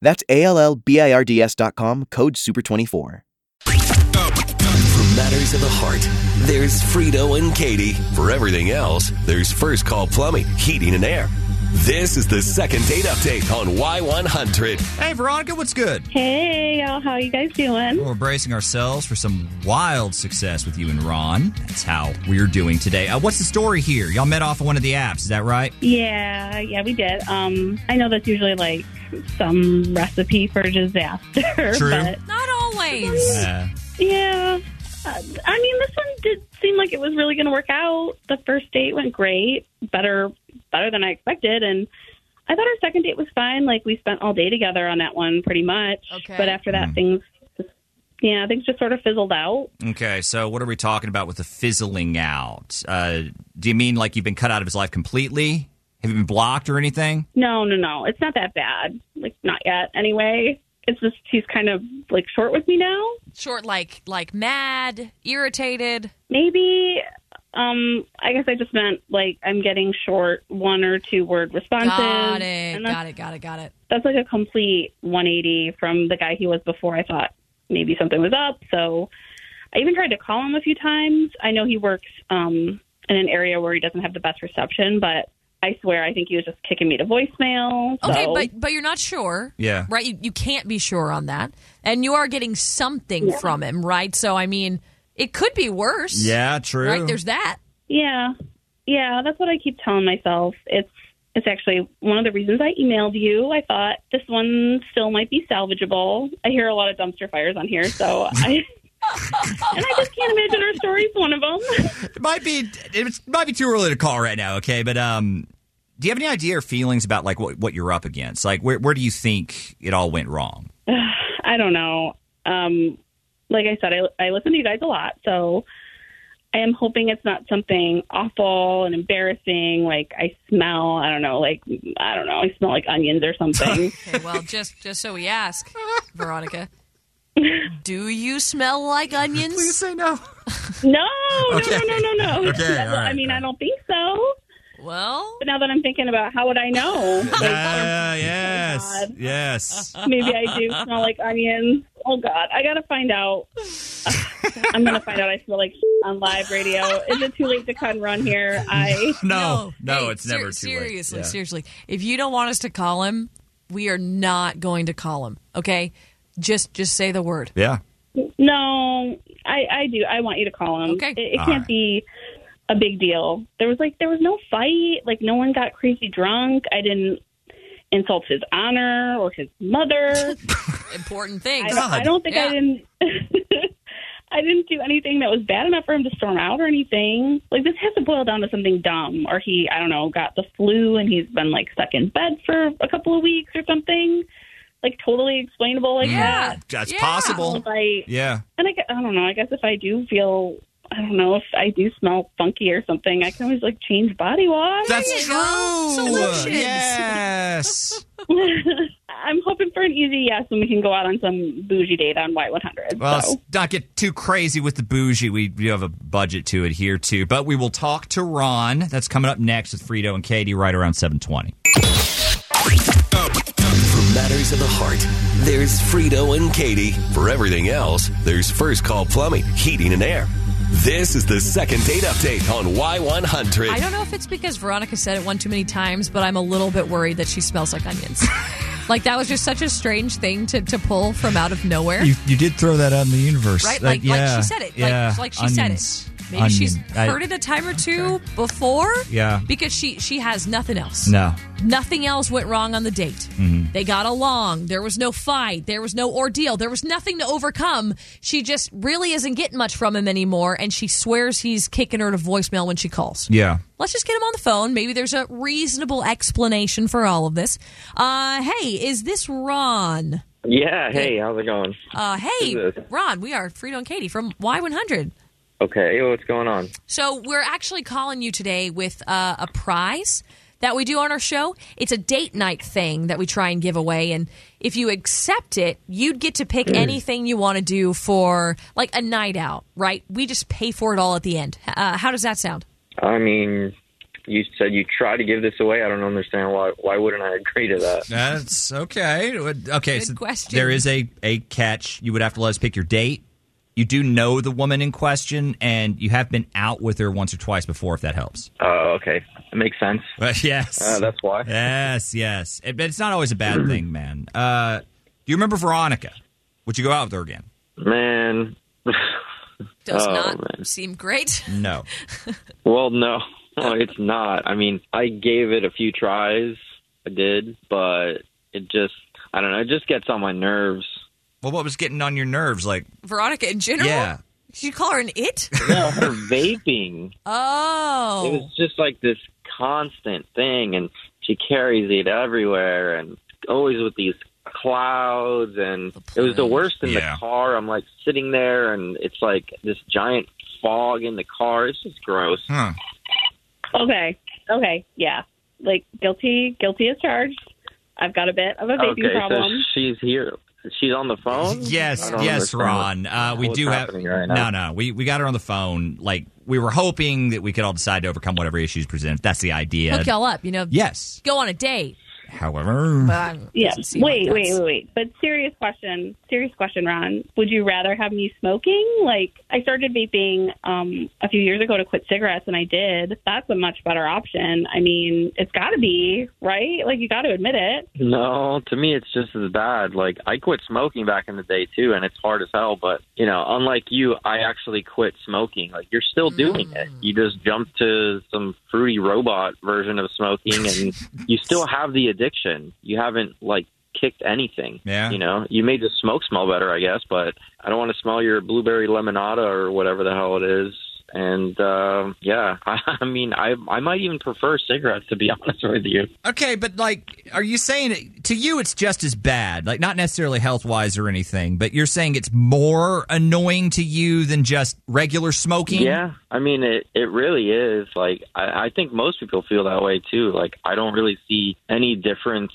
That's A L L B I R D S dot com, code SUPER24. For matters of the heart, there's Frito and Katie. For everything else, there's First Call Plumbing, Heating and Air. This is the second date update on Y100. Hey, Veronica, what's good? Hey, y'all. How you guys doing? We're bracing ourselves for some wild success with you and Ron. That's how we're doing today. Uh, what's the story here? Y'all met off of one of the apps, is that right? Yeah, yeah, we did. Um, I know that's usually like some recipe for disaster. True. But Not always. Uh, yeah, uh, I mean, this one did seem like it was really going to work out. The first date went great, better, better than I expected, and I thought our second date was fine. Like we spent all day together on that one, pretty much. Okay. But after that, things, just, yeah, things just sort of fizzled out. okay, so what are we talking about with the fizzling out? Uh, do you mean like you've been cut out of his life completely? Have you been blocked or anything? No, no, no. It's not that bad. Like not yet. Anyway, it's just he's kind of like short with me now. Short like like mad, irritated. Maybe um I guess I just meant like I'm getting short one or two word responses. Got it. And that's, Got it. Got it. Got it. that's like a complete 180 from the guy he was before. I thought maybe something was up, so I even tried to call him a few times. I know he works um in an area where he doesn't have the best reception, but I swear I think he was just kicking me to voicemail. Okay, so- but but you're not sure. Yeah. Right? You, you can't be sure on that. And you are getting something from him, right? So I mean, it could be worse. Yeah, true. Right? There's that. Yeah. Yeah, that's what I keep telling myself. It's it's actually one of the reasons I emailed you. I thought this one still might be salvageable. I hear a lot of dumpster fires on here, so I and I just can't imagine our story's one of them. it might be it might be too early to call right now, okay? But um do you have any idea or feelings about like what, what you're up against? Like where where do you think it all went wrong? I don't know. Um, like I said, I, I listen to you guys a lot, so I am hoping it's not something awful and embarrassing. Like I smell, I don't know, like I don't know, I smell like onions or something. Okay, well, just just so we ask, Veronica, do you smell like onions? say no. No, Okay. no, no, no, no, no. Okay, all right, I mean, all I right. don't think so. Well, But now that I'm thinking about how would I know? Oh Ah, yes. God. Yes. Maybe I do smell like onions. Oh God, I gotta find out. I'm gonna find out I smell like on live radio. Is it too late to cut and run here? I No. No, Hey, it's ser- never too late. Seriously, Yeah. seriously. If you don't want us to call him, we are not going to call him. Okay, just just say the word. Yeah. no, I I do. I want you to call him. Okay. it, it All can't right. be a big deal. There was like there was no fight. Like no one got crazy drunk. I didn't insult his honor or his mother. Important things. I, don't- I don't think I Yeah. didn't. I didn't do anything that was bad enough for him to storm out or anything. Like this has to boil down to something dumb, or he, I don't know, got the flu and he's been like stuck in bed for a couple of weeks or something. Like totally explainable like Yeah. that. That's Yeah. possible. If I, Yeah. and I, gue- I don't know. I guess if I do feel, I don't know, if I do smell funky or something, I can always like change body wash. That's you true. go. Solutions. Yes. I'm hoping for an easy yes, and we can go out on some bougie date on Y100. Well, so. let's not get too crazy with the bougie. We do have a budget to adhere to, but we will talk to Ron. That's coming up next with Frito and Katie right around 720. For matters of the heart, there's Frito and Katie. For everything else, there's First Call Plumbing, Heating and Air. This is the second date update on Y100. I don't know if it's because Veronica said it one too many times, but I'm a little bit worried that she smells like onions. like that was just such a strange thing to, to pull from out of nowhere. you did throw that out in the universe. Right, like, like she said it, like, like she said it. Maybe she's heard it a time or two before, Yeah. Because she she has nothing else. No. Nothing else went wrong on the date. They got along. There was no fight. There was no ordeal. There was nothing to overcome. She just really isn't getting much from him anymore, and she swears he's kicking her to voicemail when she calls. Yeah. Let's just get him on the phone. Maybe there's a reasonable explanation for all of this. Uh, hey, is this Ron? Yeah, hey, how's it going? Uh, hey, Who's this? Ron, we are Frito and Katie from Y100. Okay, what's going on? So we're actually calling you today with uh, a prize that we do on our show. It's a date night thing that we try and give away, and if you accept it, you'd get to Mm. pick anything you want to do for like a night out, right? We just pay for it all at the end. Uh, how does that sound? I mean, you said you try to give this away. I don't understand why. Why wouldn't I agree to that? That's okay. Okay, Good so question. there is a a catch. You would have to let us pick your date. You do know the woman in question, and you have been out with her once or twice before, if that helps. Oh, okay, it makes sense. yes. Uh, that's why. yes, yes. It, but it's not always a bad thing, man. Uh, do you remember Veronica? Would you go out with her again? Man, Does Oh, not man. seem great. No. well, no, no, it's not. I mean, I gave it a few tries. I did, but it just, I don't know. It just gets on my nerves. Well, what was getting on your nerves? Like, Veronica in general. Yeah. Did you call her an it? No, her vaping. Oh. It was just like this constant thing, and she carries it everywhere, and always with these clouds, and it was the worst in Yeah. the car. I'm like sitting there, and it's like this giant fog in the car. It's just gross. huh? Okay. Okay. Yeah. Like guilty. Guilty as charged. I've got a bit of a vaping okay, so problem. she's here. She's on the phone. I Yes, don't yes, understand Ron. Uh, we what's do have. happening right no, now. no. We we got her on the phone. Like, we were hoping that we could all decide to overcome whatever issues present. That's the idea. Hook y'all up, you know. Yes. Go on a date. However, But Yeah. Wait, wait, wait, wait. But serious question, serious question, Ron. Would you rather have me smoking? Like, I started vaping um, a few years ago to quit cigarettes, and I did. That's a much better option. I mean, it's got to be, right? Like, you got to admit it. No, to me it's just as bad. Like I quit smoking back in the day too, and it's hard as hell. But you know, unlike you, I actually quit smoking. Like you're still doing it. You just jump to some fruity robot version of smoking, and you still have the addiction. You haven't like kicked anything. Yeah. You know, you made the smoke smell better, I guess. But I don't want to smell your blueberry lemonade or whatever the hell it is. And um yeah, I mean, I I might even prefer cigarettes to be honest with you. okay, but like, are you saying it- to you it's just as bad? Like, not necessarily health wise or anything, but you're saying it's more annoying to you than just regular smoking? Yeah, I mean it. It really is. Like I, I think most people feel that way too. Like I don't really see any difference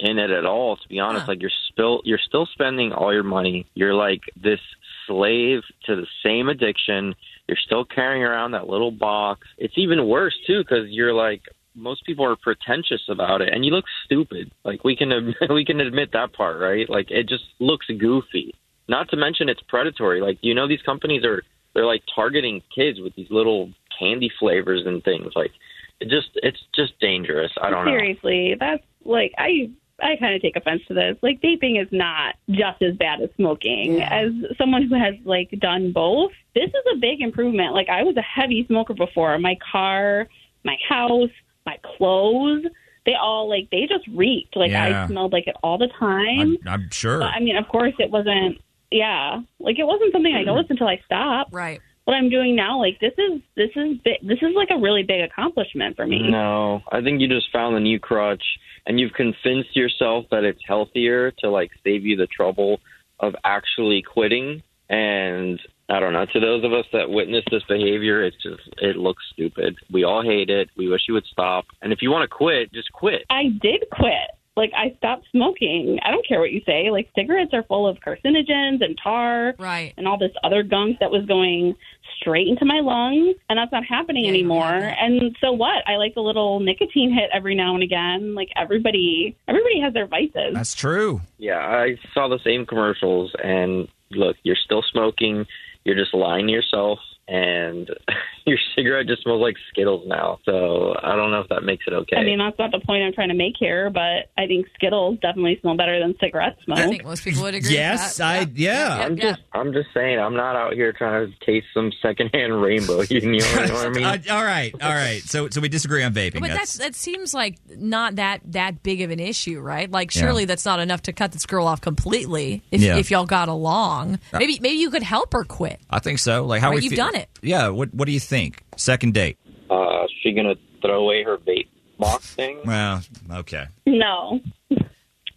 in it at all. To be honest, Huh. like you're still you're still spending all your money. You're like this slave to the same addiction. You're still carrying around that little box. It's even worse too because you're like. Most people are pretentious about it, and you look stupid. Like we can admit, we can admit that part, right? Like it just looks goofy. Not to mention it's predatory. Like you know, these companies are they're like targeting kids with these little candy flavors and things. Like it just it's just dangerous. I don't know. Seriously, that's like I I kind of take offense to this. Like vaping is not just as bad as smoking. As someone who has like done both, this is a big improvement. Like I was a heavy smoker before. My car, my house, my clothes, they all like they just reeked. Like Yeah. I smelled like it all the time. I'm, I'm sure. But, I mean, of course it wasn't yeah. Like it wasn't something I noticed until I stopped. Right. What I'm doing now, like this is this is bi- this is like a really big accomplishment for me. No, I think you just found the new crutch, and you've convinced yourself that it's healthier to like save you the trouble of actually quitting. And I don't know. To those of us that witness this behavior, it's just it looks stupid. We all hate it. We wish you would stop. And if you want to quit, just quit. I did quit. Like I stopped smoking. I don't care what you say. Like cigarettes are full of carcinogens and tar Right. and all this other gunk that was going straight into my lungs and that's not happening Yeah, you don't anymore. have that. And so what? I like the little nicotine hit every now and again. Like everybody everybody has their vices. That's true. Yeah, I saw the same commercials, and look, you're still smoking. You're just lying to yourself, and your cigarette just smells like Skittles now. So I don't know if that makes it okay. I mean, that's not the point I'm trying to make here, but I think Skittles definitely smell better than cigarette I smoke. think most people would agree. Yes, with that. I- yeah. Yep, I'm yep, just, I'm just saying, I'm not out here trying to taste some secondhand rainbow. You know what I mean? Uh, all right, all right. So, so we disagree on vaping. But that's that seems like not that that big of an issue, right? Like surely that's not enough to cut this girl off completely. If, Yeah. if y'all got along, maybe maybe you could help her quit. I think so. Like, how Right, we you've fe- done it. Yeah. What What do you think? Second date. Uh, is she gonna throw away her vape box thing? Well, okay. No.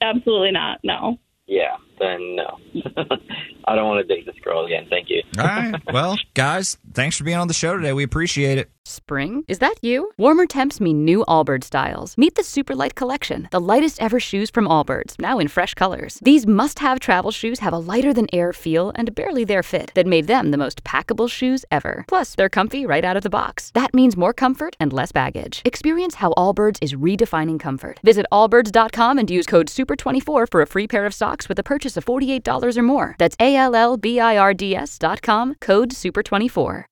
Absolutely not. No. yeah, then no. I don't want to date this girl again. Thank you. All right. Well, guys, thanks for being on the show today. We appreciate it. Spring? Is that you? Warmer temps mean new Allbirds styles. Meet the Super Light Collection, the lightest ever shoes from Allbirds, now in fresh colors. These must have travel shoes have a lighter than air feel and barely their fit that made them the most packable shoes ever. Plus, they're comfy right out of the box. That means more comfort and less baggage. Experience how Allbirds is redefining comfort. Visit allbirds.com and use code SUPER24 for a free pair of socks with a purchase of $48 or more. That's A L L B I R D S dot com, code SUPER24.